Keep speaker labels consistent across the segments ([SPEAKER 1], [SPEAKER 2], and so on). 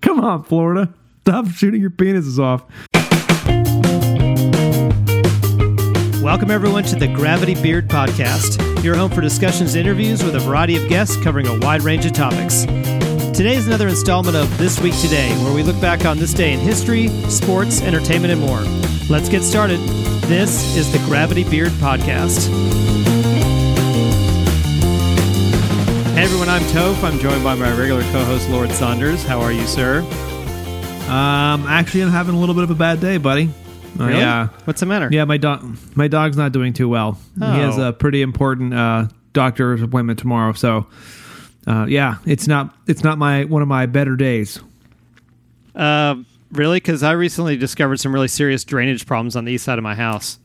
[SPEAKER 1] Come on, Florida. Stop shooting your penises off.
[SPEAKER 2] Welcome, everyone, to the Gravity Beard Podcast, your home for discussions and interviews with a variety of guests covering a wide range of topics. Today is another installment of This Week Today, where we look back on this day in history, sports, entertainment, and more. Let's get started. This is the Gravity Beard Podcast. Hey, everyone, I'm Toph. I'm joined by my regular co host, Lord Saunders. How are you, sir?
[SPEAKER 1] Um, actually, I'm having a little bit of a bad day, buddy. Uh,
[SPEAKER 2] Really?
[SPEAKER 1] Yeah,
[SPEAKER 2] What's the matter?
[SPEAKER 1] yeah. My dog, my dog's not doing too well. He has
[SPEAKER 2] Oh.
[SPEAKER 1] a pretty important uh, doctor's appointment tomorrow, so uh, yeah, it's not it's not my one of my better days.
[SPEAKER 2] Uh, really? Because I recently discovered some really serious drainage problems on the east side of my house.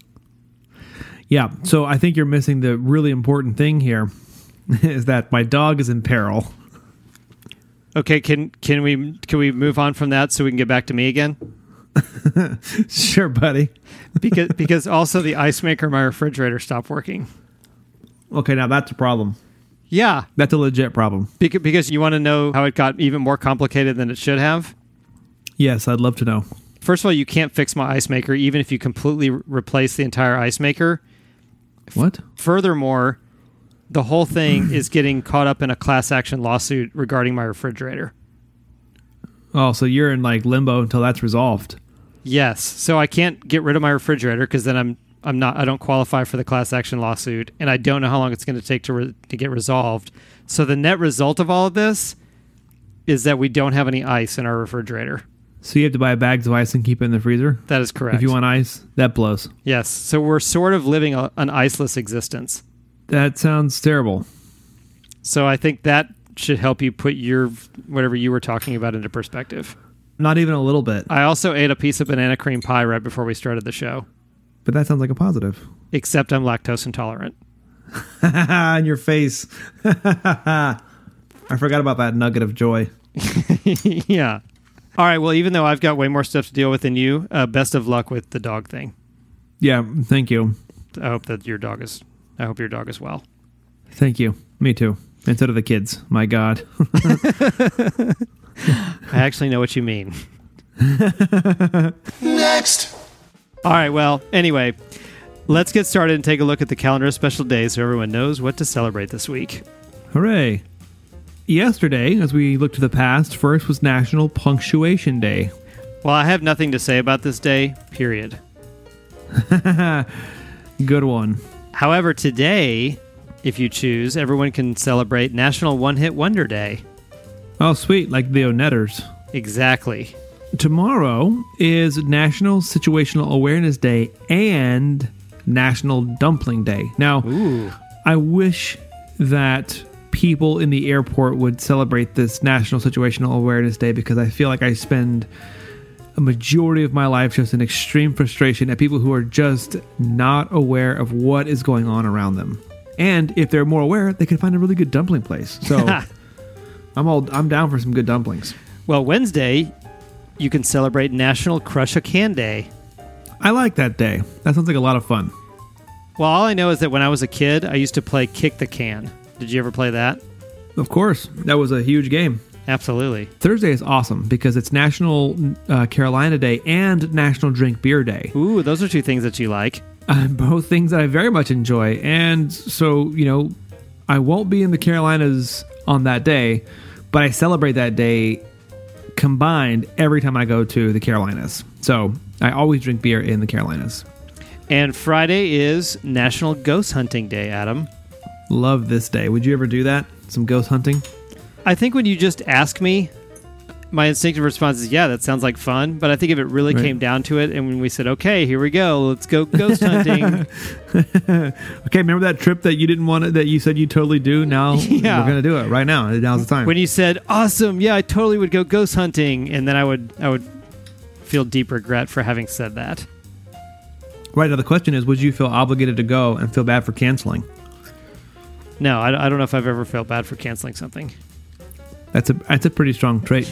[SPEAKER 1] Yeah, so I think you're missing the really important thing here, is that my dog is in peril.
[SPEAKER 2] Okay, can can we can we move on from that so we can get back to me again?
[SPEAKER 1] sure, buddy.
[SPEAKER 2] Because because also the ice maker in my refrigerator stopped working.
[SPEAKER 1] Okay, now that's a problem.
[SPEAKER 2] Yeah,
[SPEAKER 1] That's a legit problem.
[SPEAKER 2] because, because you want to know how it got even more complicated than it should have.
[SPEAKER 1] Yes, I'd love to know.
[SPEAKER 2] First of all, you can't fix my ice maker even if you completely re- replace the entire ice maker.
[SPEAKER 1] What?
[SPEAKER 2] Furthermore, the whole thing is getting caught up in a class action lawsuit regarding my refrigerator.
[SPEAKER 1] Oh, so you're in like limbo until that's resolved.
[SPEAKER 2] Yes. So I can't get rid of my refrigerator because then I'm I'm not I don't qualify for the class action lawsuit, and I don't know how long it's going to take to re- to get resolved. So the net result of all of this is that we don't have any ice in our refrigerator.
[SPEAKER 1] So you have to buy bags of ice and keep it in the freezer
[SPEAKER 2] That is correct.
[SPEAKER 1] if you want ice. That blows.
[SPEAKER 2] yes. So we're sort of living a, an iceless existence.
[SPEAKER 1] That sounds terrible.
[SPEAKER 2] So I think that should help you put your whatever you were talking about into perspective.
[SPEAKER 1] Not even a little bit.
[SPEAKER 2] I also ate a piece of banana cream pie right before we started the show,
[SPEAKER 1] But that sounds like a positive.
[SPEAKER 2] except I'm lactose intolerant.
[SPEAKER 1] In your face. I forgot about that nugget of joy.
[SPEAKER 2] yeah. All right. Well, even though I've got way more stuff to deal with than you, uh, best of luck with the dog thing.
[SPEAKER 1] Yeah, thank you.
[SPEAKER 2] I hope that your dog is. I hope your dog is well.
[SPEAKER 1] Thank you. Me too. Instead of the kids. My God.
[SPEAKER 2] I actually know what you mean.
[SPEAKER 3] Next.
[SPEAKER 2] All right. Well, anyway, let's get started and take a look at the calendar of special days so everyone knows what to celebrate this week.
[SPEAKER 1] Hooray. Yesterday, as we look to the past, first was National Punctuation Day.
[SPEAKER 2] Well, I have nothing to say about this day. Period.
[SPEAKER 1] Good one.
[SPEAKER 2] However, today, if you choose, everyone can celebrate National One Hit Wonder Day.
[SPEAKER 1] Oh, sweet. Like the Onetters.
[SPEAKER 2] Exactly.
[SPEAKER 1] Tomorrow is National Situational Awareness Day and National Dumpling Day. Now,
[SPEAKER 2] Ooh.
[SPEAKER 1] I wish that people in the airport would celebrate this National Situational Awareness Day because I feel like I spend a majority of my life just in extreme frustration at people who are just not aware of what is going on around them. And if they're more aware, they can find a really good dumpling place. So I'm all I'm down for some good dumplings.
[SPEAKER 2] Well, Wednesday, you can celebrate National Crush a Can Day.
[SPEAKER 1] I like that day. That sounds like a lot of fun.
[SPEAKER 2] Well, all I know is that when I was a kid, I used to play Kick the Can. Did you ever play that?
[SPEAKER 1] Of course, that was a huge game.
[SPEAKER 2] Absolutely.
[SPEAKER 1] Thursday is awesome because it's National uh, Carolina Day and National Drink Beer Day.
[SPEAKER 2] Ooh, those are two things that you like.
[SPEAKER 1] Uh, both things that I very much enjoy. And so, you know, I won't be in the Carolinas on that day, but I celebrate that day combined every time I go to the Carolinas. So I always drink beer in the Carolinas.
[SPEAKER 2] And Friday is National Ghost Hunting Day, Adam.
[SPEAKER 1] Love this day. Would you ever do that? Some ghost hunting?
[SPEAKER 2] I think when you just ask me, my instinctive response is, yeah, that sounds like fun. But I think if it really
[SPEAKER 1] Right.
[SPEAKER 2] came down to it, and when we said, okay, here we go, let's go ghost hunting,
[SPEAKER 1] Okay, remember that trip that you didn't want to, that you said you totally do? Now
[SPEAKER 2] Yeah.
[SPEAKER 1] we're going to do it right now. Now's the time.
[SPEAKER 2] when you said awesome yeah i totally would go ghost hunting and then i would i would feel deep regret for having said that
[SPEAKER 1] Right now, the question is Would you feel obligated to go and feel bad for canceling?
[SPEAKER 2] no i, I don't know if i've ever felt bad for canceling something
[SPEAKER 1] That's a that's a pretty strong trait.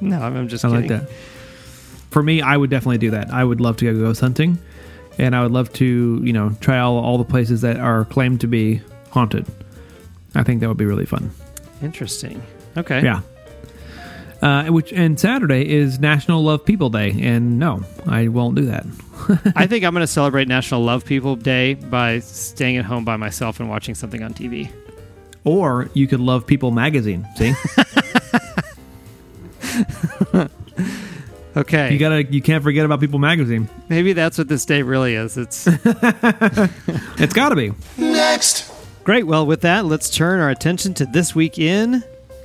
[SPEAKER 2] no i'm, I'm just
[SPEAKER 1] I like
[SPEAKER 2] kidding
[SPEAKER 1] that. For me, I would definitely do that. I would love to go ghost hunting, and I would love to you know try all all the places that are claimed to be haunted. I think that would be really fun.
[SPEAKER 2] interesting okay
[SPEAKER 1] Yeah. Uh, which and Saturday is National Love People Day, and no, I won't do that.
[SPEAKER 2] I think I'm going to celebrate National Love People Day by staying at home by myself and watching something on TV.
[SPEAKER 1] Or you could love People magazine. See,
[SPEAKER 2] Okay.
[SPEAKER 1] you gotta you can't forget about People magazine.
[SPEAKER 2] Maybe that's what this day really is. It's
[SPEAKER 1] It's gotta be.
[SPEAKER 3] Next.
[SPEAKER 2] great. Well, with that, let's turn our attention to this week in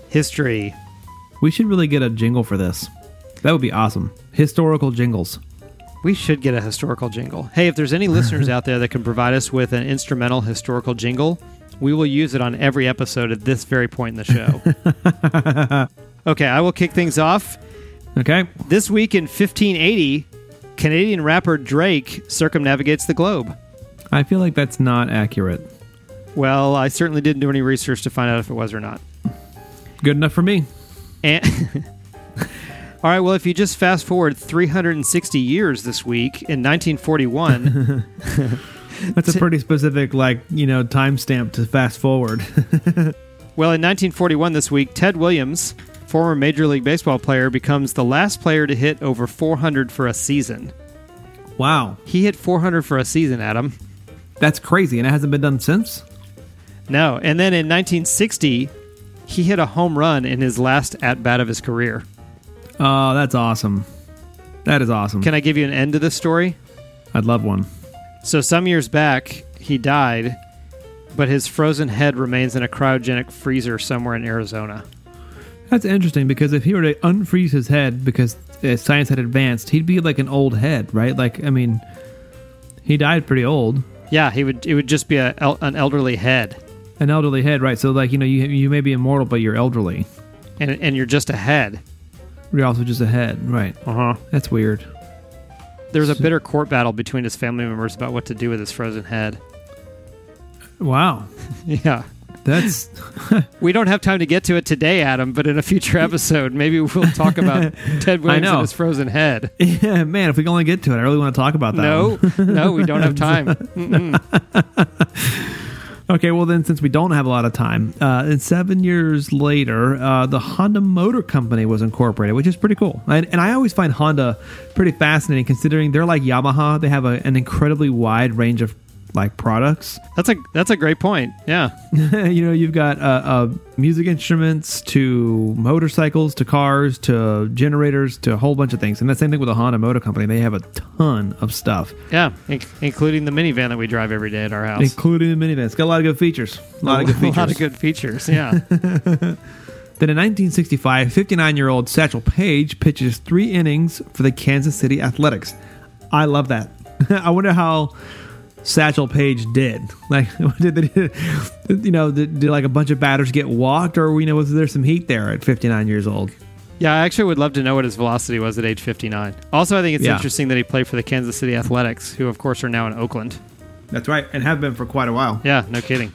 [SPEAKER 2] history.
[SPEAKER 1] We should really get a jingle for this. That would be awesome. Historical jingles.
[SPEAKER 2] We should get a historical jingle. Hey, if there's any listeners out there that can provide us with an instrumental historical jingle, we will use it on every episode at this very point in the show. okay, I will kick things off.
[SPEAKER 1] Okay.
[SPEAKER 2] This week in 1580, Canadian rapper Drake circumnavigates the globe.
[SPEAKER 1] I feel like that's not accurate.
[SPEAKER 2] Well, I certainly didn't do any research to find out if it was or not.
[SPEAKER 1] Good enough for me.
[SPEAKER 2] And All right, well, if you just fast forward 360 years this week in 1941,
[SPEAKER 1] That's a pretty specific, like you know, timestamp to fast forward.
[SPEAKER 2] well, in 1941 this week, Ted Williams, former Major League Baseball player, becomes the last player to hit over 400 for a season.
[SPEAKER 1] wow,
[SPEAKER 2] He hit 400 for a season, Adam.
[SPEAKER 1] that's crazy, and it hasn't been done since.
[SPEAKER 2] No, and then in 1960, he hit a home run in his last at bat of his career.
[SPEAKER 1] Oh, that's awesome. That is awesome.
[SPEAKER 2] Can I give you an end to this story?
[SPEAKER 1] I'd love one.
[SPEAKER 2] So some years back, he died, but his frozen head remains in a cryogenic freezer somewhere in Arizona.
[SPEAKER 1] That's interesting because if he were to unfreeze his head because uh, science had advanced, he'd be like an old head, right? Like, I mean, he died pretty old,
[SPEAKER 2] Yeah, he would. It would just be a, el- an elderly head,
[SPEAKER 1] an elderly head, right? So, like, you know, you you may be immortal, but you're elderly.
[SPEAKER 2] and and you're just a head.
[SPEAKER 1] You're also just a head, right?
[SPEAKER 2] Uh huh.
[SPEAKER 1] That's weird.
[SPEAKER 2] There was a bitter court battle between his family members about what to do with his frozen head.
[SPEAKER 1] Wow,
[SPEAKER 2] Yeah.
[SPEAKER 1] that's
[SPEAKER 2] We don't have time to get to it today, Adam, but in a future episode, maybe we'll talk about Ted Williams and
[SPEAKER 1] know.
[SPEAKER 2] his frozen head.
[SPEAKER 1] yeah, man. If we can only get to it, I really want to talk about that. one.
[SPEAKER 2] No, no, we don't have time. Mm-mm.
[SPEAKER 1] Okay, well then, since we don't have a lot of time, uh, and seven years later, uh, the Honda Motor Company was incorporated, which is pretty cool. And, and I always find Honda pretty fascinating, considering they're like Yamaha; they have a, an incredibly wide range of like products.
[SPEAKER 2] That's a that's a great point. Yeah.
[SPEAKER 1] you know, you've got uh, uh, music instruments to motorcycles to cars to generators to a whole bunch of things. And the same thing with the Honda Motor Company; they have a ton of stuff,
[SPEAKER 2] Yeah, in- including the minivan that we drive every day at our house.
[SPEAKER 1] including the minivans. It's Got a lot of good features. A lot of good features.
[SPEAKER 2] Oh, A lot of good features. Yeah.
[SPEAKER 1] Then in 1965, 59 year old Satchel Paige pitches three innings for the Kansas City Athletics. I love that. I wonder how Satchel Paige did. Like, did they, you know, did, did like a bunch of batters get walked, or you know, was there some heat there at 59 years old?
[SPEAKER 2] yeah, I actually would love to know what his velocity was at age 59. Also, I think it's
[SPEAKER 1] Yeah.
[SPEAKER 2] interesting that he played for the Kansas City Athletics, who, of course, are now in Oakland.
[SPEAKER 1] That's right, and have been for quite a while.
[SPEAKER 2] Yeah, no kidding.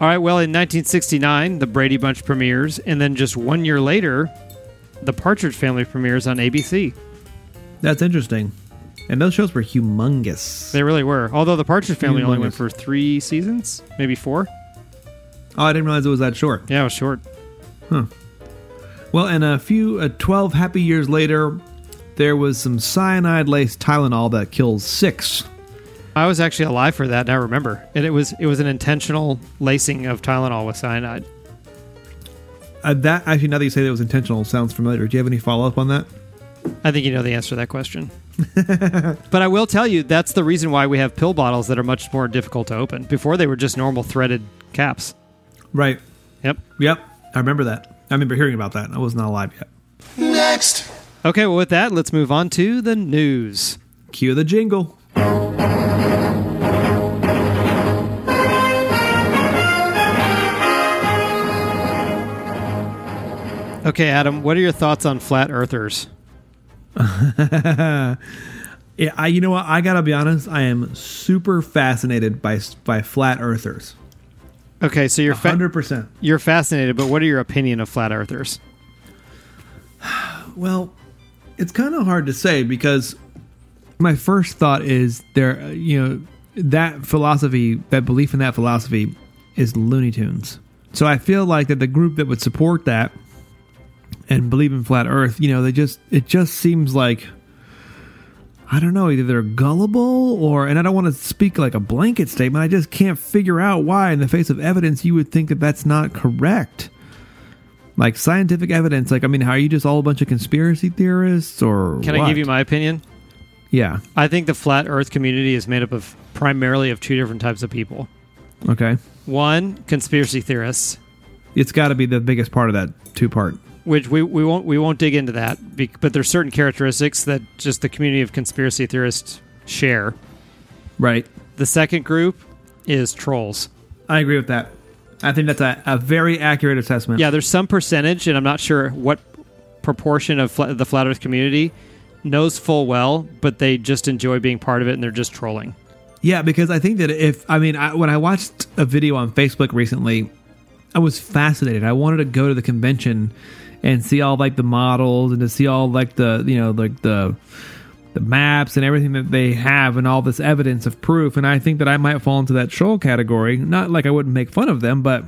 [SPEAKER 2] All right, well, in 1969, the Brady Bunch premieres, and then just one year later, the Partridge Family premieres on ABC.
[SPEAKER 1] That's interesting. And those shows were humongous.
[SPEAKER 2] They really were. Although the Partridge Family only went
[SPEAKER 1] Humongous.
[SPEAKER 2] for three seasons, maybe four.
[SPEAKER 1] oh, I didn't realize it was that short.
[SPEAKER 2] Yeah, it was short.
[SPEAKER 1] Well, and a few, uh, 12 happy years later, there was some cyanide laced Tylenol that kills six
[SPEAKER 2] I was actually alive for that, and I remember. And it was it was an intentional lacing of Tylenol with cyanide.
[SPEAKER 1] Uh, that actually, now that you say that was intentional, sounds familiar. Do you have any follow up on that?
[SPEAKER 2] I think you know the answer to that question. but I will tell you that's the reason why we have pill bottles that are much more difficult to open. Before they were just normal threaded caps.
[SPEAKER 1] Right.
[SPEAKER 2] Yep.
[SPEAKER 1] Yep. I remember that. I remember hearing about that. I was not alive yet.
[SPEAKER 3] Next.
[SPEAKER 2] Okay, well with that, let's move on to the news.
[SPEAKER 1] Cue the jingle.
[SPEAKER 2] Okay, Adam, what are your thoughts on flat earthers?
[SPEAKER 1] Yeah, I, you know what? I gotta be honest. I am super fascinated by by flat earthers.
[SPEAKER 2] Okay, so you're fa-
[SPEAKER 1] Hundred percent.
[SPEAKER 2] you're fascinated, but what are your opinion of flat earthers?
[SPEAKER 1] Well, it's kind of hard to say because my first thought is there. uh, You know, that philosophy, that belief in that philosophy, is Looney Tunes. So I feel like that the group that would support that, and believe in flat Earth, you know, they just it just seems like I don't know, either they're gullible or and I don't want to speak like a blanket statement. I just can't figure out why in the face of evidence you would think that that's not correct. Like scientific evidence, like I mean, how are you just all a bunch of conspiracy theorists or
[SPEAKER 2] Can I
[SPEAKER 1] what?
[SPEAKER 2] give you my opinion?
[SPEAKER 1] Yeah.
[SPEAKER 2] I think the flat Earth community is made up of primarily of two different types of people.
[SPEAKER 1] Okay.
[SPEAKER 2] One, conspiracy theorists,
[SPEAKER 1] It's got to be the biggest part of that two part.
[SPEAKER 2] which we, we won't we won't dig into that, be- but there's certain characteristics that just the community of conspiracy theorists share.
[SPEAKER 1] Right.
[SPEAKER 2] The second group is trolls.
[SPEAKER 1] I agree with that. I think that's a, a very accurate assessment.
[SPEAKER 2] Yeah, there's some percentage, and I'm not sure what proportion of fla- the flat Earth community knows full well, but they just enjoy being part of it, and they're just trolling.
[SPEAKER 1] Yeah, because I think that if I mean, I, when I watched a video on Facebook recently, I was fascinated. I wanted to go to the convention and see all like the models and to see all like the you know like the the maps and everything that they have and all this evidence of proof. And I think that I might fall into that troll category. Not like I wouldn't make fun of them, but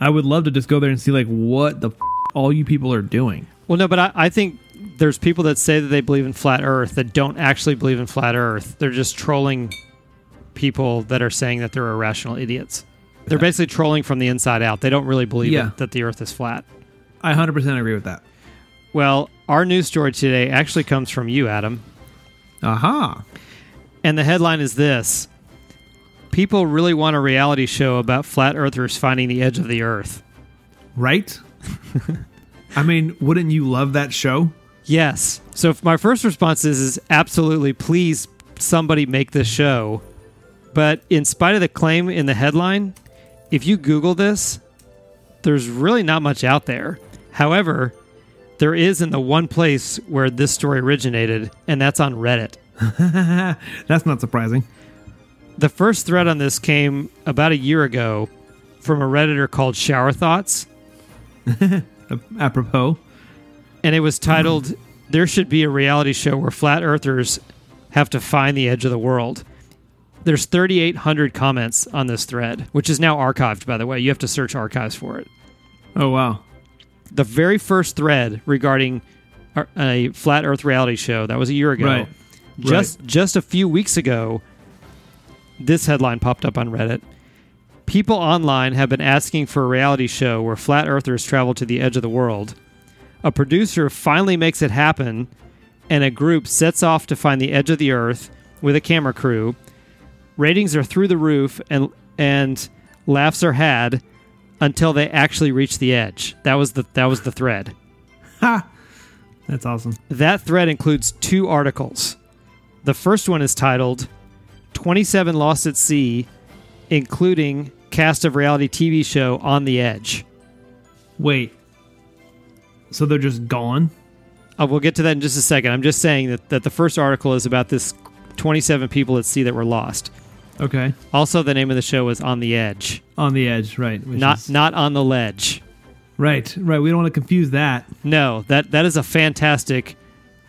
[SPEAKER 1] I would love to just go there and see like what the f- all you people are doing.
[SPEAKER 2] Well, no, but I, I think there's people that say that they believe in flat Earth that don't actually believe in flat Earth. They're just trolling people that are saying that they're irrational idiots. They're basically trolling from the inside out. They don't really believe
[SPEAKER 1] Yeah.
[SPEAKER 2] it, that the Earth is flat.
[SPEAKER 1] I 100% agree with that.
[SPEAKER 2] Well, our news story today actually comes from you, Adam.
[SPEAKER 1] Aha.
[SPEAKER 2] And the headline is this People really want a reality show about flat earthers finding the edge of the earth.
[SPEAKER 1] Right? I mean, wouldn't you love that show?
[SPEAKER 2] Yes. So if my first response is, is absolutely please somebody make this show. But in spite of the claim in the headline, if you Google this, there's really not much out there. However, there is in the one place where this story originated, and that's on Reddit.
[SPEAKER 1] That's not surprising.
[SPEAKER 2] The first thread on this came about a year ago from a Redditor called Shower Thoughts,
[SPEAKER 1] Apropos.
[SPEAKER 2] and it was titled There Should Be a Reality Show Where Flat Earthers Have to Find the Edge of the World. There's 3,800 comments on this thread, which is now archived, by the way. You have to search archives for it.
[SPEAKER 1] Oh wow.
[SPEAKER 2] The very first thread regarding a- a flat Earth reality show that was a year ago.
[SPEAKER 1] Right.
[SPEAKER 2] Just just a few weeks ago, this headline popped up on Reddit. People online have been asking for a reality show where flat earthers travel to the edge of the world. A producer finally makes it happen, and a group sets off to find the edge of the earth with a camera crew. Ratings are through the roof and and laughs are had until they actually reach the edge. That was the that was the thread.
[SPEAKER 1] Ha. That's awesome.
[SPEAKER 2] That thread includes two articles. The first one is titled 27 Lost at Sea, including cast of reality TV show On the Edge.
[SPEAKER 1] Wait. So they're just gone?
[SPEAKER 2] Uh, we'll get to that in just a second. I'm just saying that, that the first article is about this 27 people at sea that were lost.
[SPEAKER 1] Okay.
[SPEAKER 2] Also, the name of the show is On the Edge,
[SPEAKER 1] On the edge, right? which
[SPEAKER 2] not
[SPEAKER 1] is-
[SPEAKER 2] not on the ledge.
[SPEAKER 1] right, right. We don't want to confuse that.
[SPEAKER 2] No, that that is a fantastic,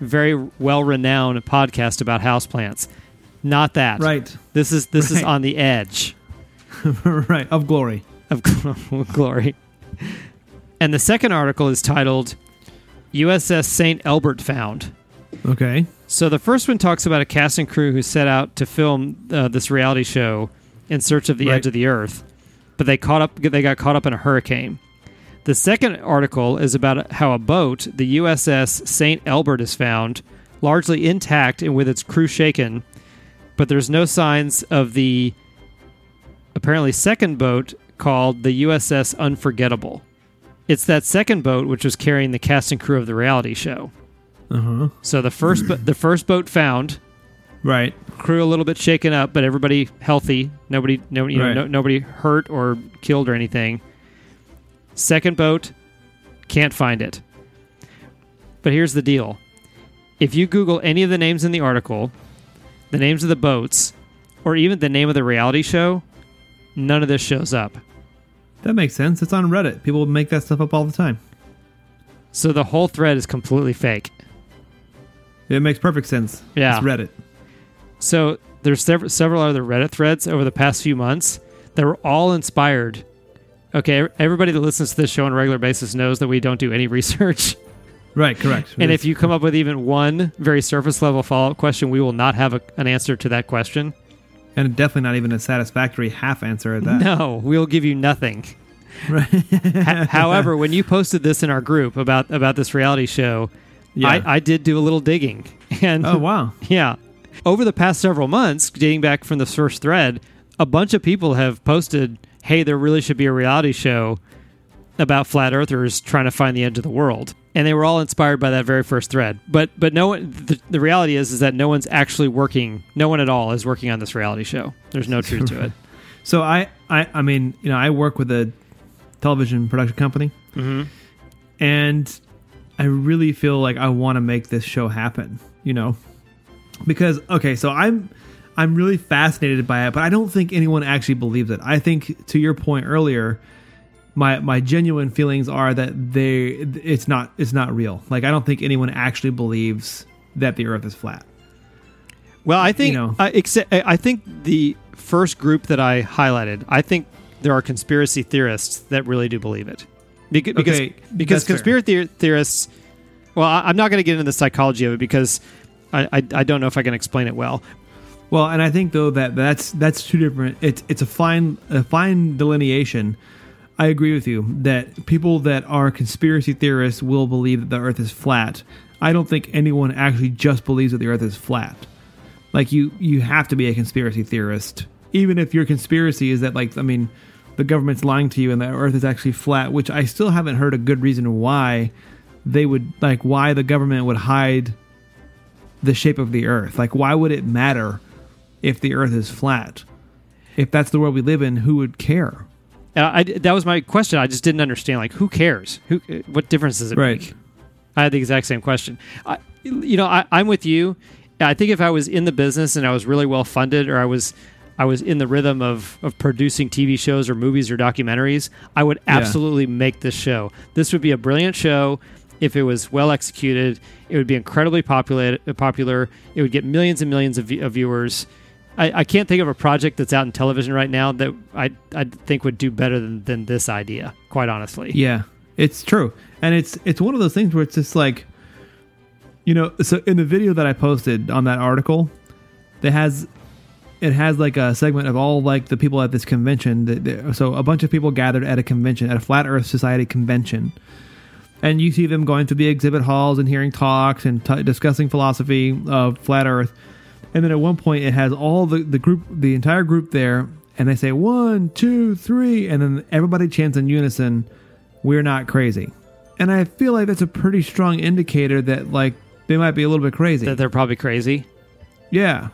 [SPEAKER 2] very well renowned podcast about houseplants. Not that.
[SPEAKER 1] Right,
[SPEAKER 2] This is this is
[SPEAKER 1] Right.
[SPEAKER 2] on the edge.
[SPEAKER 1] right. Of glory.
[SPEAKER 2] of gl- glory. And the second article is titled USS St. Elbert Found.
[SPEAKER 1] Okay.
[SPEAKER 2] So the first one talks about a cast and crew who set out to film uh, this reality show in search of the
[SPEAKER 1] Right.
[SPEAKER 2] edge of the earth, but they caught up they got caught up in a hurricane. The second article is about how a boat, the USS St. Elbert is found largely intact and with its crew shaken, but there's no signs of the apparently second boat called the USS Unforgettable. It's that second boat which was carrying the cast and crew of the reality show.
[SPEAKER 1] Uh huh.
[SPEAKER 2] So the first bo- the first boat found,
[SPEAKER 1] Right.
[SPEAKER 2] crew a little bit shaken up, but everybody healthy. Nobody no, you know,
[SPEAKER 1] Right.
[SPEAKER 2] no, nobody hurt or killed or anything. Second boat can't find it. But here's the deal. If you google any of the names in the article, the names of the boats, or even the name of the reality show, none of this shows up.
[SPEAKER 1] That makes sense. It's on Reddit. People make that stuff up all the time.
[SPEAKER 2] So the whole thread is completely fake.
[SPEAKER 1] It makes perfect sense.
[SPEAKER 2] Yeah.
[SPEAKER 1] It's Reddit.
[SPEAKER 2] So there's several several other Reddit threads over the past few months that were all inspired Okay, everybody that listens to this show on a regular basis knows that we don't do any research.
[SPEAKER 1] Right, correct.
[SPEAKER 2] And if you come up with even one very surface level follow up question, we will not have a, an answer to that question.
[SPEAKER 1] and definitely not even a satisfactory half answer at that.
[SPEAKER 2] No, we'll give you nothing. H- However, when you posted this in our group about about this reality show,
[SPEAKER 1] Yeah.
[SPEAKER 2] I, I did do a little digging, and
[SPEAKER 1] Oh wow.
[SPEAKER 2] yeah, over the past several months, dating back from the first thread, a bunch of people have posted, "Hey, there really should be a reality show about flat earthers trying to find the edge of the world," and they were all inspired by that very first thread. But but no one. The, the reality is is that no one's actually working. No one at all is working on this reality show. There's no truth to it.
[SPEAKER 1] So I, I, I mean, you know, I work with a television production company, and I really feel like I want to make this show happen. You know, because okay, so I'm, I'm really fascinated by it, but I don't think anyone actually believes it. I think to your point earlier, my my genuine feelings are that they it's not it's not real. Like I don't think anyone actually believes that the Earth is flat.
[SPEAKER 2] Well, I think
[SPEAKER 1] You know.
[SPEAKER 2] I, except, I I think the first group that I highlighted, I think there are conspiracy theorists that really do believe it, because because,
[SPEAKER 1] Okay,
[SPEAKER 2] because
[SPEAKER 1] that's
[SPEAKER 2] conspiracy theor- theorists. Well, I, I'm not going to get into the psychology of it because I, I I don't know if I can explain it well.
[SPEAKER 1] Well, and I think though that that's that's two different. It's it's a fine a fine delineation. I agree with you that people that are conspiracy theorists will believe that the Earth is flat. I don't think anyone actually just believes that the Earth is flat. Like you, you have to be a conspiracy theorist, even if your conspiracy is that like I mean, the government's lying to you and the Earth is actually flat. Which I still haven't heard a good reason why they would like why the government would hide the shape of the Earth. Like why would it matter? if the earth is flat if that's the world we live in who would care
[SPEAKER 2] Uh, I, that was my question. I just didn't understand. Like, who cares? Who? What difference does it make? I had the exact same question. I, you know, I, I'm with you. I think if I was in the business and I was really well funded, or I was, I was in the rhythm of of producing TV shows or movies or documentaries, I would
[SPEAKER 1] Yeah.
[SPEAKER 2] absolutely make this show. This would be a brilliant show if it was well executed. It would be incredibly popular. Popular. It would get millions and millions of, view- of viewers. I, I can't think of a project that's out in television right now that I I think would do better than, than this idea. Quite honestly.
[SPEAKER 1] yeah it's true and it's it's one of those things where it's just like you know so in the video that i posted on that article that has it has like a segment of all like the people at this convention that, that- so a bunch of people gathered at a convention at a flat earth society convention and you see them going through the exhibit halls and hearing talks and t- discussing philosophy of flat earth and then at one point it has all the, the group the entire group there and they say one two three and then everybody chants in unison we're not crazy and i feel like that's a pretty strong indicator that like they might be a little bit crazy
[SPEAKER 2] That they're probably crazy.
[SPEAKER 1] yeah.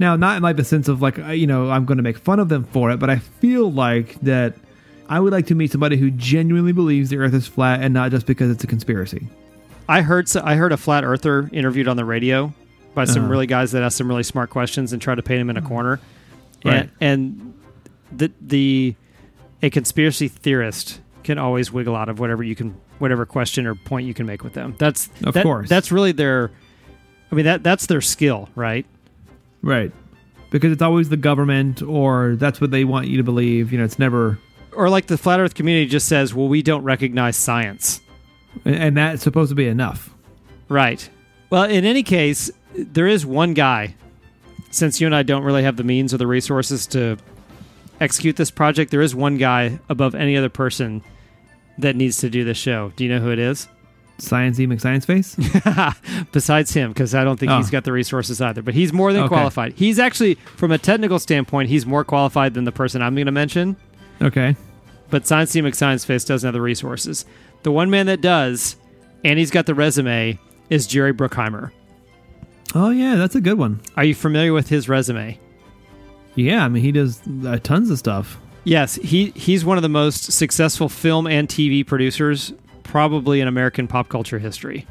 [SPEAKER 1] Now, not in like the sense of like I- you know I'm going to make fun of them for it, but I feel like that I would like to meet somebody who genuinely believes the Earth is flat and not just because it's a conspiracy.
[SPEAKER 2] I heard I heard a flat earther interviewed on the radio by some
[SPEAKER 1] Uh-huh. Mm-hmm.
[SPEAKER 2] really guys that asked some really smart questions and tried to paint him in a corner,
[SPEAKER 1] Right.
[SPEAKER 2] and, and the the a conspiracy theorist can always wiggle out of whatever you can whatever question or point you can make with them. That's
[SPEAKER 1] Of
[SPEAKER 2] that-
[SPEAKER 1] course.
[SPEAKER 2] that's really their. I mean that that's their skill, right?
[SPEAKER 1] Right. Because it's always the government or that's what they want you to believe. You know, it's never
[SPEAKER 2] Or like the flat Earth community just says, "Well, we don't recognize science."
[SPEAKER 1] and- and that's supposed to be enough.
[SPEAKER 2] Right. Well, in any case, there is one guy. Since you and I don't really have the means or the resources to execute this project, there is one guy above any other person that needs to do this show. Do you know who it is?
[SPEAKER 1] Science E McScience face?
[SPEAKER 2] Besides him, because I don't think
[SPEAKER 1] Oh.
[SPEAKER 2] he's got the resources either. But he's more than
[SPEAKER 1] Okay.
[SPEAKER 2] qualified. He's actually, from a technical standpoint, he's more qualified than the person I'm going to mention.
[SPEAKER 1] okay.
[SPEAKER 2] But Science Team Science Face doesn't have the resources. The one man that does, and he's got the resume, is Jerry Bruckheimer.
[SPEAKER 1] Oh yeah, that's a good one.
[SPEAKER 2] Are you familiar with his resume?
[SPEAKER 1] Yeah, I mean he does uh, tons of stuff.
[SPEAKER 2] Yes, he he's one of the most successful film and TV producers probably in American pop culture history.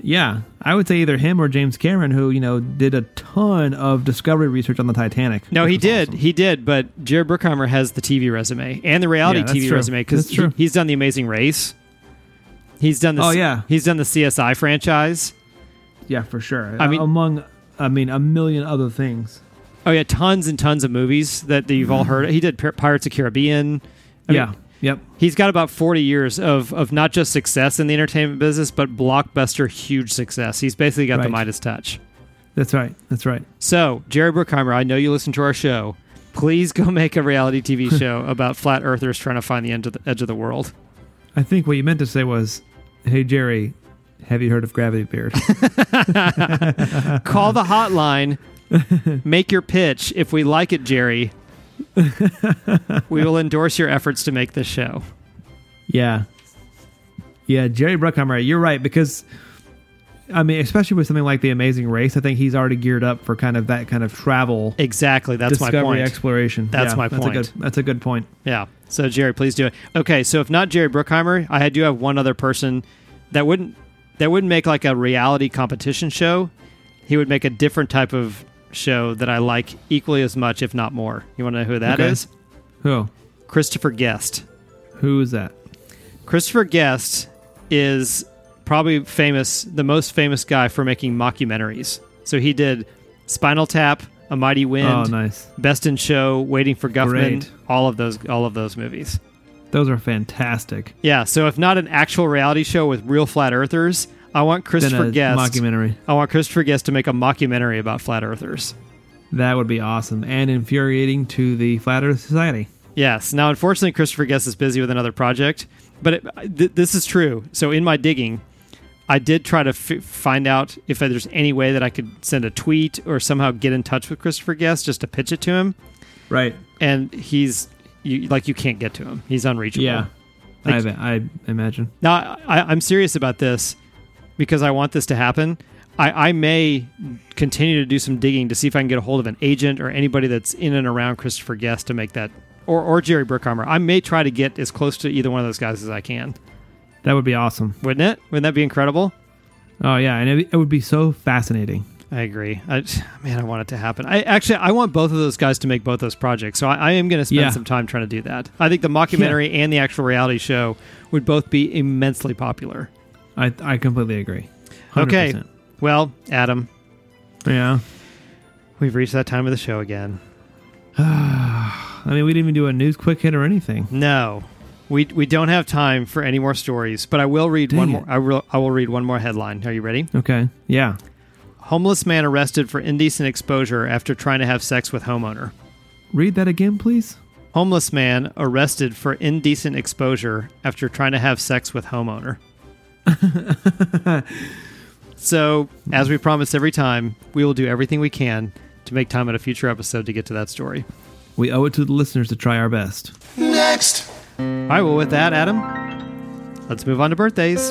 [SPEAKER 1] Yeah, I would say either him or James Cameron, who you know did a ton of discovery research on the Titanic.
[SPEAKER 2] No,
[SPEAKER 1] which
[SPEAKER 2] he
[SPEAKER 1] was
[SPEAKER 2] did.
[SPEAKER 1] awesome.
[SPEAKER 2] He did, but Jared Bruckheimer has the TV resume and the reality
[SPEAKER 1] Yeah, that's
[SPEAKER 2] TV
[SPEAKER 1] true.
[SPEAKER 2] resume cuz
[SPEAKER 1] That's true.
[SPEAKER 2] he's done The Amazing Race. He's done the
[SPEAKER 1] Oh, yeah.
[SPEAKER 2] He's done the CSI franchise.
[SPEAKER 1] Yeah, for sure.
[SPEAKER 2] I mean-
[SPEAKER 1] among, I mean, a million other things.
[SPEAKER 2] Oh yeah, tons and tons of movies that, that you've all heard. He did Pir- Pirates of Caribbean. I
[SPEAKER 1] yeah.
[SPEAKER 2] mean,
[SPEAKER 1] yep.
[SPEAKER 2] he's got about 40 years of, of not just success in the entertainment business, but blockbuster huge success. He's basically got the
[SPEAKER 1] Right.
[SPEAKER 2] Midas touch.
[SPEAKER 1] That's right. That's right.
[SPEAKER 2] So, Jerry Bruckheimer, I know you listen to our show. Please go make a reality TV show about flat earthers trying to find the end of the edge of the world.
[SPEAKER 1] I think what you meant to say was, "Hey Jerry, have you heard of Gravity Beard?"
[SPEAKER 2] Call the hotline. Make your pitch. If we like it, Jerry, we will endorse your efforts to make this show.
[SPEAKER 1] yeah, yeah. Jerry Bruckheimer, you're right because, I mean, especially with something like The Amazing Race, I think he's already geared up for kind of that kind of travel,
[SPEAKER 2] Exactly. That's my
[SPEAKER 1] discovery,
[SPEAKER 2] point.
[SPEAKER 1] exploration.
[SPEAKER 2] That's
[SPEAKER 1] Yeah,
[SPEAKER 2] my
[SPEAKER 1] that's
[SPEAKER 2] point.
[SPEAKER 1] A good, that's a good point.
[SPEAKER 2] Yeah. So Jerry, please do it. Okay. So if not Jerry Bruckheimer, I do have one other person that wouldn't that wouldn't make like a reality competition show. He would make a different type of show that I like equally as much, if not more. You want to know who that
[SPEAKER 1] Okay.
[SPEAKER 2] is?
[SPEAKER 1] Who?
[SPEAKER 2] Christopher Guest.
[SPEAKER 1] Who is that?
[SPEAKER 2] Christopher Guest is probably famous, the most famous guy for making mockumentaries. So he did Spinal Tap, A Mighty Wind,
[SPEAKER 1] oh, nice.
[SPEAKER 2] Best in Show, Waiting for Guffman,
[SPEAKER 1] Great.
[SPEAKER 2] all of those, all of those movies.
[SPEAKER 1] Those are fantastic.
[SPEAKER 2] Yeah, so if not an actual reality show with real flat earthers, I want
[SPEAKER 1] Then
[SPEAKER 2] Christopher
[SPEAKER 1] a
[SPEAKER 2] Guest.
[SPEAKER 1] mockumentary.
[SPEAKER 2] I want Christopher Guest to make a mockumentary about flat earthers.
[SPEAKER 1] That would be awesome and infuriating to the Flat Earth Society.
[SPEAKER 2] Yes. Now, unfortunately, Christopher Guest is busy with another project, but it, th- this is true. So in my digging, I did try to f- find out if there's any way that I could send a tweet or somehow get in touch with Christopher Guest just to pitch it to him,
[SPEAKER 1] Right.
[SPEAKER 2] and he's you, like you can't get to him. He's unreachable.
[SPEAKER 1] Yeah.
[SPEAKER 2] Like-
[SPEAKER 1] I, I imagine.
[SPEAKER 2] Now, I, I'm serious about this because I want this to happen. I, I may continue to do some digging to see if I can get a hold of an agent or anybody that's in and around Christopher Guest to make that, or, or Jerry Bruckheimer. I may try to get as close to either one of those guys as I can.
[SPEAKER 1] That would be awesome.
[SPEAKER 2] Wouldn't it? Wouldn't that be incredible?
[SPEAKER 1] Oh yeah, and it, it would be so fascinating.
[SPEAKER 2] I agree. I, man, I want it to happen. I actually, I want both of those guys to make both those projects. So I, I am going to spend
[SPEAKER 1] Yeah.
[SPEAKER 2] some time trying to do that. I think the mockumentary and the actual reality show would both be immensely popular.
[SPEAKER 1] I I completely agree.
[SPEAKER 2] Okay.
[SPEAKER 1] 100%.
[SPEAKER 2] Well, Adam,
[SPEAKER 1] Yeah.
[SPEAKER 2] We've reached that time of the show again.
[SPEAKER 1] I mean, we didn't even do a news quick hit or anything.
[SPEAKER 2] No, we we don't have time for any more stories. But I will read
[SPEAKER 1] Dang
[SPEAKER 2] one
[SPEAKER 1] it.
[SPEAKER 2] more. I will I will read one more headline. Are you ready?
[SPEAKER 1] Okay. Yeah.
[SPEAKER 2] Homeless man arrested for indecent exposure after trying to have sex with homeowner.
[SPEAKER 1] Read that again, please.
[SPEAKER 2] Homeless man arrested for indecent exposure after trying to have sex with homeowner. so, as we promise every time, we will do everything we can to make time in a future episode to get to that story.
[SPEAKER 1] We owe it to the listeners to try our best.
[SPEAKER 3] Next.
[SPEAKER 2] All right, well, with that, Adam, let's move on to birthdays.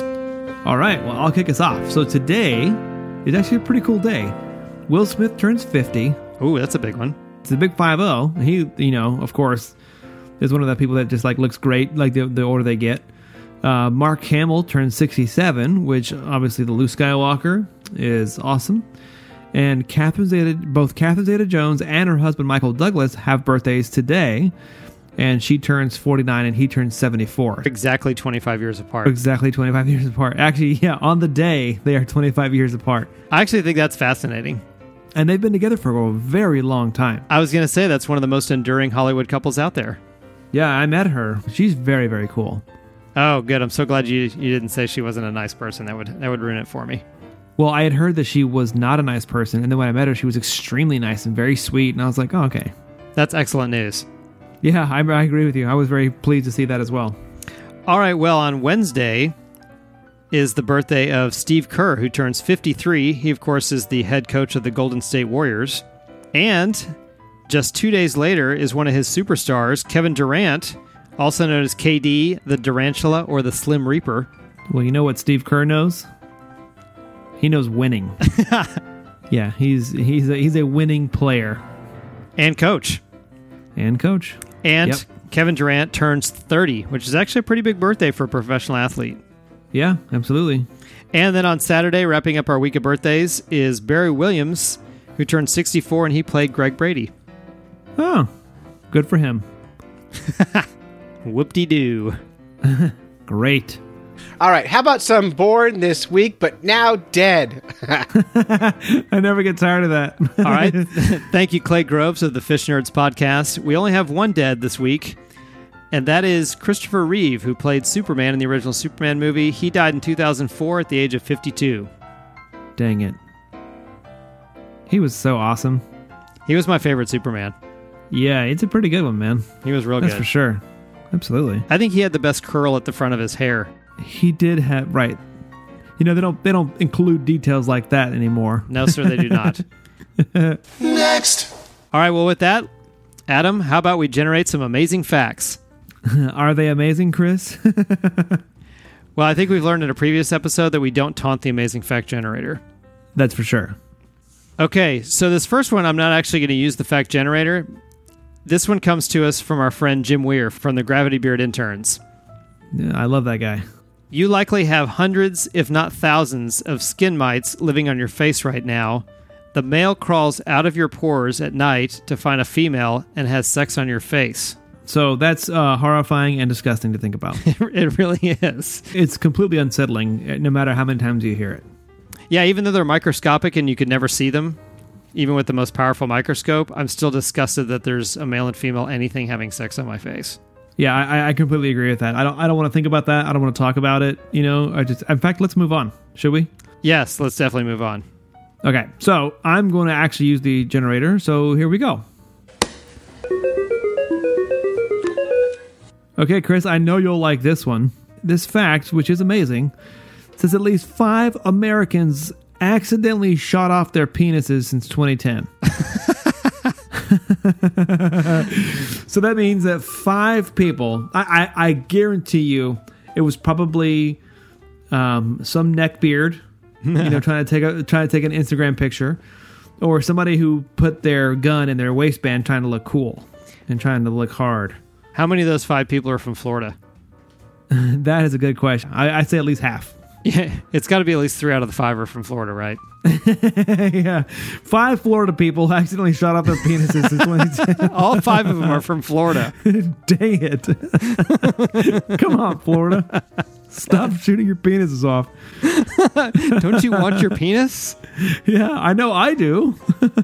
[SPEAKER 1] All right. Well, I'll kick us off. So today is actually a pretty cool day. Will Smith turns 50.
[SPEAKER 2] Ooh, that's a big one.
[SPEAKER 1] It's a big 5-0. He, you know, of course, is one of the people that just like looks great, like the, the order they get. Uh, Mark Hamill turns 67, which obviously the Luke Skywalker is awesome. And Catherine Zeta, both Catherine Zeta Jones and her husband Michael Douglas have birthdays today. And she turns 49 and he turns 74.
[SPEAKER 2] Exactly 25 years apart.
[SPEAKER 1] Exactly 25 years apart. Actually, yeah, on the day, they are 25 years apart.
[SPEAKER 2] I actually think that's fascinating.
[SPEAKER 1] And they've been together for a very long time.
[SPEAKER 2] I was going to say that's one of the most enduring Hollywood couples out there.
[SPEAKER 1] Yeah, I met her. She's very, very cool.
[SPEAKER 2] Oh, good. I'm so glad you you didn't say she wasn't a nice person. That would that would ruin it for me.
[SPEAKER 1] Well, I had heard that she was not a nice person, and then when I met her, she was extremely nice and very sweet, and I was like, oh, okay.
[SPEAKER 2] That's excellent news.
[SPEAKER 1] Yeah, I, I agree with you. I was very pleased to see that as well.
[SPEAKER 2] All right, well, on Wednesday is the birthday of Steve Kerr, who turns 53. He, of course, is the head coach of the Golden State Warriors. And just two days later is one of his superstars, Kevin Durant, also known as KD, the Durantula, or the Slim Reaper.
[SPEAKER 1] Well, you know what Steve Kerr knows? He knows winning. yeah, he's he's a, he's a winning player
[SPEAKER 2] and coach.
[SPEAKER 1] and coach.
[SPEAKER 2] And
[SPEAKER 1] Yep.
[SPEAKER 2] Kevin Durant turns 30, which is actually a pretty big birthday for a professional athlete.
[SPEAKER 1] Yeah, absolutely.
[SPEAKER 2] And then on Saturday, wrapping up our week of birthdays, is Barry Williams, who turned 64 and he played Greg Brady.
[SPEAKER 1] Oh, good for him.
[SPEAKER 2] Whoop de doo.
[SPEAKER 1] Great.
[SPEAKER 4] All right, how about some born this week but now dead?
[SPEAKER 1] I never get tired of that.
[SPEAKER 2] All right. Thank you, Clay Groves of the Fish Nerds podcast. We only have one dead this week. and that is Christopher Reeve, who played Superman in the original Superman movie. He died in 2004 at the age of 52.
[SPEAKER 1] Dang it. He was so awesome.
[SPEAKER 2] He was my favorite Superman.
[SPEAKER 1] Yeah, it's a pretty good one, man.
[SPEAKER 2] He was real
[SPEAKER 1] That's
[SPEAKER 2] good.
[SPEAKER 1] for sure. Absolutely.
[SPEAKER 2] I think he had the best curl at the front of his hair.
[SPEAKER 1] He did have right. You know, they don't they don't include details like that anymore.
[SPEAKER 2] No, sir, they do not.
[SPEAKER 3] next,
[SPEAKER 2] All right, well, with that, Adam, how about we generate some amazing facts?
[SPEAKER 1] Are they amazing, Chris?
[SPEAKER 2] Well, I think we've learned in a previous episode that we don't taunt the amazing fact generator.
[SPEAKER 1] That's for sure.
[SPEAKER 2] Okay, so this first one, I'm not actually going to use the fact generator. This one comes to us from our friend Jim Weir from the Gravity Beard Interns.
[SPEAKER 1] Yeah, I love that guy.
[SPEAKER 2] You likely have hundreds, if not thousands, of skin mites living on your face right now. The male crawls out of your pores at night to find a female and has sex on your face.
[SPEAKER 1] So that's uh, horrifying and disgusting to think about.
[SPEAKER 2] It really is.
[SPEAKER 1] it's completely unsettling, uh, no matter how many times you hear it.
[SPEAKER 2] Yeah, even though they're microscopic and you could never see them, even with the most powerful microscope, I'm still disgusted that there's a male and female anything having sex on my face.
[SPEAKER 1] Yeah, I, I- I completely agree with that. I don't. I don't want to think about that. I don't want to talk about it. You know. I just. In fact, let's move on. Should we?
[SPEAKER 2] Yes, let's definitely move on.
[SPEAKER 1] Okay. So I'm going to actually use the generator. So here we go. Okay, Chris. I know you'll like this one. This fact, which is amazing, says at least five Americans accidentally shot off their penises since 2010. so that means that five people, I, I, I guarantee you, it was probably um, some neckbeard, you know, trying to take a trying to take an Instagram picture, or somebody who put their gun in their waistband trying to look cool and trying to look hard.
[SPEAKER 2] How many of those five people are from Florida?
[SPEAKER 1] That is a good question. I, I say at least half.
[SPEAKER 2] Yeah, it's got to be at least three out of the five are from Florida, right?
[SPEAKER 1] yeah, five Florida people accidentally shot off their penises since 2010.
[SPEAKER 2] All five of them are from Florida.
[SPEAKER 1] Dang it. Come on, Florida. Stop shooting your penises off.
[SPEAKER 2] Don't you want your penis?
[SPEAKER 1] Yeah, I know I do.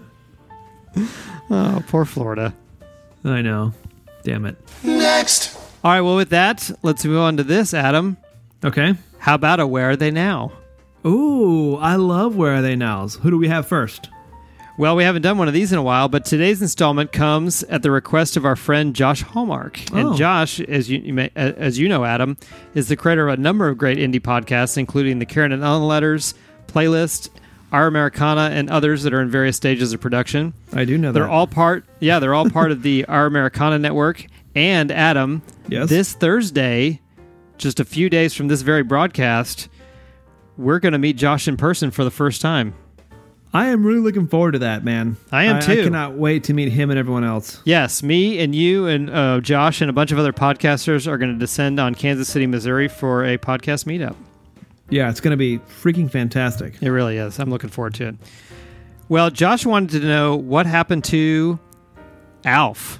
[SPEAKER 2] Oh, poor Florida.
[SPEAKER 1] I know. Damn it.
[SPEAKER 3] next,
[SPEAKER 2] All right, well, with that, let's move on to this, Adam.
[SPEAKER 1] Okay.
[SPEAKER 2] How about a Where Are They Now?
[SPEAKER 1] Ooh, I love Where Are They Nows. Who do we have first?
[SPEAKER 2] Well, we haven't done one of these in a while, but today's installment comes at the request of our friend Josh Hallmark.
[SPEAKER 1] Oh.
[SPEAKER 2] And Josh, as you, you may, a- as you know, Adam, is the creator of a number of great indie podcasts, including the Karen and Ellen Letters playlist, Our Americana, and others that are in various stages of production.
[SPEAKER 1] I do know
[SPEAKER 2] They're all part. Yeah, they're all part of the Our Americana network. And Adam,
[SPEAKER 1] Yes?
[SPEAKER 2] this Thursday, just a few days from this very broadcast, we're going to meet Josh in person for the first time.
[SPEAKER 1] I am really looking forward to that, man.
[SPEAKER 2] I am
[SPEAKER 1] I
[SPEAKER 2] too.
[SPEAKER 1] cannot wait to meet him and everyone else.
[SPEAKER 2] Yes, me and you and uh, Josh and a bunch of other podcasters are going to descend on Kansas City, Missouri for a podcast meetup.
[SPEAKER 1] Yeah, it's going to be freaking fantastic.
[SPEAKER 2] It really is. I'm looking forward to it. Well, Josh wanted to know what happened to Alf.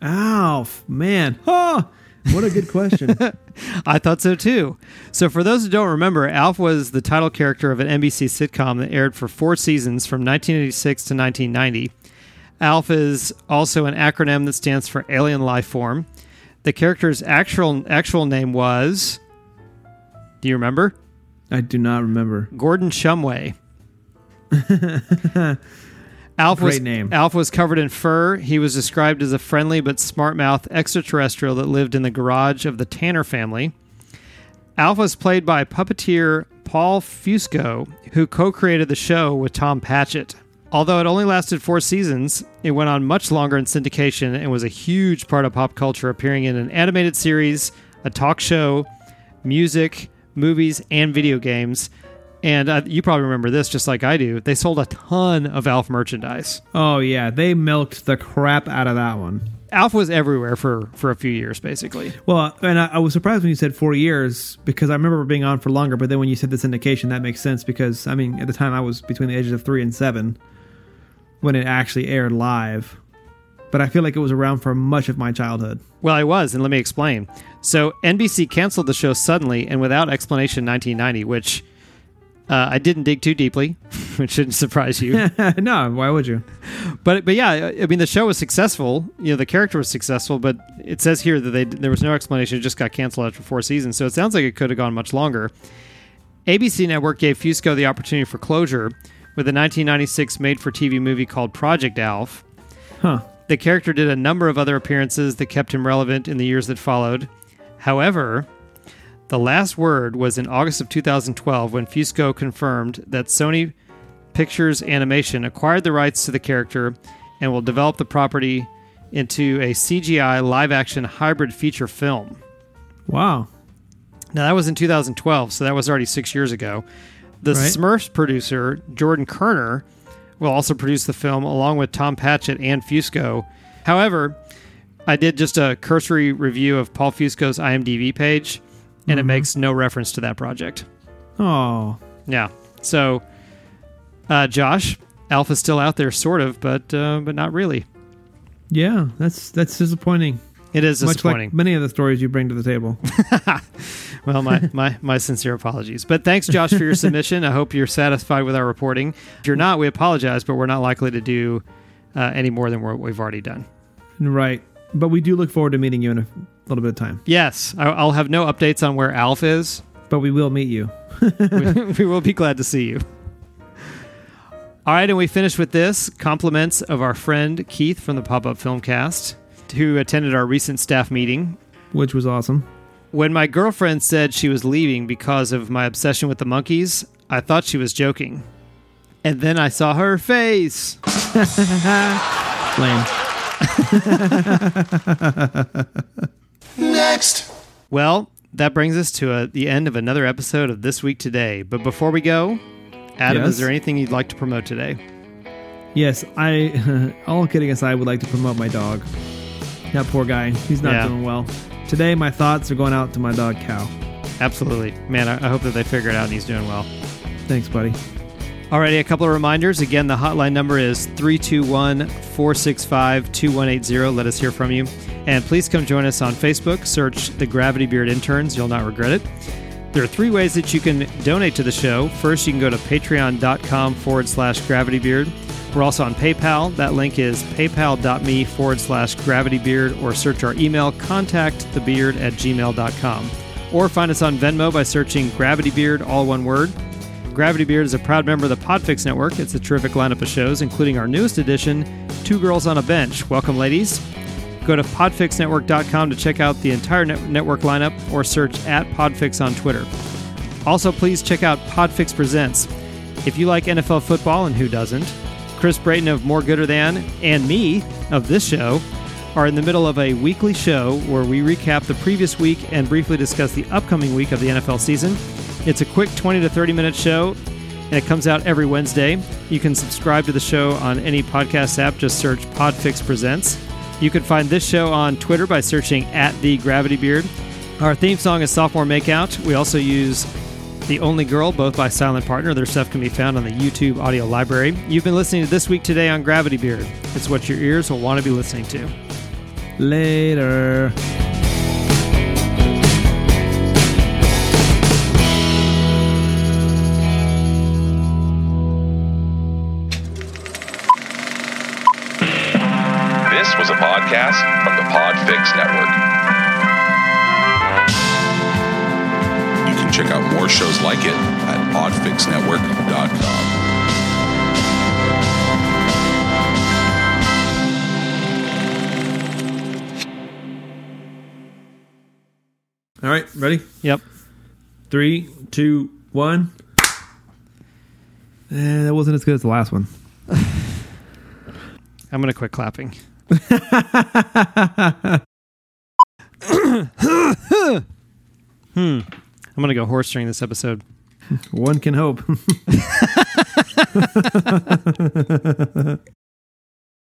[SPEAKER 1] Alf, man. Oh, what a good question.
[SPEAKER 2] I thought so too. So, for those who don't remember, Alf was the title character of an NBC sitcom that aired for four seasons from 1986 to 1990. ALF is also an acronym that stands for Alien Life Form. The character's actual actual name was. Do you remember?
[SPEAKER 1] I do not remember.
[SPEAKER 2] Gordon Shumway. Alf was,
[SPEAKER 1] Great name.
[SPEAKER 2] Alf was covered in fur. He was described as a friendly but smart mouthed extraterrestrial that lived in the garage of the Tanner family. Alf was played by puppeteer Paul Fusco, who co created the show with Tom Patchett. Although it only lasted four seasons, it went on much longer in syndication and was a huge part of pop culture, appearing in an animated series, a talk show, music, movies, and video games. And uh, you probably remember this just like I do. They sold a ton of ALF merchandise.
[SPEAKER 1] Oh, yeah. They milked the crap out of that one.
[SPEAKER 2] ALF was everywhere for, for a few years, basically.
[SPEAKER 1] Well, and I, I was surprised when you said four years because I remember being on for longer. But then when you said the syndication, that makes sense because I mean, at the time I was between the ages of three and seven when it actually aired live. But I feel like it was around for much of my childhood.
[SPEAKER 2] Well, I was, and let me explain. So NBC canceled the show suddenly and without explanation in 1990, which uh, I didn't dig too deeply. which shouldn't surprise you.
[SPEAKER 1] no, why would you?
[SPEAKER 2] But but yeah, I- I mean the show was successful. You know the character was successful, but it says here that they there was no explanation. It just got canceled after four seasons. So it sounds like it could have gone much longer. ABC Network gave Fusco the opportunity for closure with a 1996 made-for-TV movie called Project Alf.
[SPEAKER 1] Huh.
[SPEAKER 2] The character did a number of other appearances that kept him relevant in the years that followed. However, the last word was in August of 2012 when Fusco confirmed that Sony Pictures Animation acquired the rights to the character and will develop the property into a CGI live action hybrid feature film.
[SPEAKER 1] Wow.
[SPEAKER 2] Now, that was in 2012, so that was already six years ago. The
[SPEAKER 1] Right.
[SPEAKER 2] Smurfs producer, Jordan Kerner, will also produce the film along with Tom Patchett and Fusco. However, I did just a cursory review of Paul Fusco's IMDb page, and
[SPEAKER 1] Mm-hmm.
[SPEAKER 2] it makes no reference to that project.
[SPEAKER 1] Oh.
[SPEAKER 2] Yeah. So, uh, Josh, Alpha's still out there, sort of, but uh, but not really.
[SPEAKER 1] Yeah, that's that's disappointing.
[SPEAKER 2] It is
[SPEAKER 1] Much
[SPEAKER 2] disappointing.
[SPEAKER 1] like many of the stories you bring to the table.
[SPEAKER 2] Well, my, my, my sincere apologies. But thanks, Josh, for your submission. I hope you're satisfied with our reporting. If you're not, we apologize, but we're not likely to do uh, any more than what we've already done.
[SPEAKER 1] right. But we do look forward to meeting you in a little bit of time.
[SPEAKER 2] Yes, I, I'll have no updates on where Alf is.
[SPEAKER 1] But we will meet you.
[SPEAKER 2] we, we will be glad to see you. All right, and we finish with this compliments of our friend Keith from the Pop Up Filmcast, who attended our recent staff meeting
[SPEAKER 1] Which was awesome.
[SPEAKER 2] When my girlfriend said she was leaving because of my obsession with the monkeys, I thought she was joking. And then I saw her face.
[SPEAKER 1] Lame.
[SPEAKER 3] Next.
[SPEAKER 2] Well, that brings us to uh the end of another episode of This Week Today. But before we go, Adam,
[SPEAKER 1] Yes?
[SPEAKER 2] is there anything you'd like to promote today?
[SPEAKER 1] Yes, I. all kidding aside, would like to promote my dog. That poor guy. He's not
[SPEAKER 2] Yeah.
[SPEAKER 1] doing well. Today, my thoughts are going out to my dog Cow.
[SPEAKER 2] Absolutely. Man, I, I hope that they figure it out and he's doing well.
[SPEAKER 1] Thanks, buddy.
[SPEAKER 2] Alrighty, a couple of reminders. Again, the hotline number is 321 465 2180. Let us hear from you. And please come join us on Facebook. Search the Gravity Beard Interns. You'll not regret it. There are three ways that you can donate to the show. First, you can go to patreon.com forward slash gravity beard. We're also on PayPal. That link is paypal.me forward slash gravity beard or search our email contactthebeard at gmail.com. Or find us on Venmo by searching Gravity Beard, all one word. Gravity Beard is a proud member of the Podfix Network. It's a terrific lineup of shows, including our newest edition, Two Girls on a Bench. Welcome, ladies. Go to podfixnetwork.com to check out the entire net- network lineup or search at Podfix on Twitter. Also, please check out Podfix Presents. If you like NFL football, and who doesn't, Chris Brayton of More Gooder Than and me of this show are in the middle of a weekly show where we recap the previous week and briefly discuss the upcoming week of the NFL season. It's a quick 20 to 30 minute show and it comes out every Wednesday. You can subscribe to the show on any podcast app. Just search Podfix Presents. You can find this show on Twitter by searching at the Gravity Beard. Our theme song is Sophomore Makeout. We also use The Only Girl, both by Silent Partner. Their stuff can be found on the YouTube audio library. You've been listening to This Week Today on Gravity Beard. It's what your ears will want to be listening to.
[SPEAKER 1] Later.
[SPEAKER 5] This was a podcast from the Podfix Network. You can check out more shows like it at podfixnetwork.com.
[SPEAKER 1] All right, ready?
[SPEAKER 2] Yep.
[SPEAKER 1] Three, two, one. Eh, that wasn't as good as the last one.
[SPEAKER 2] I'm going to quit clapping. hmm. I'm going to go horse during this episode.
[SPEAKER 1] One can hope.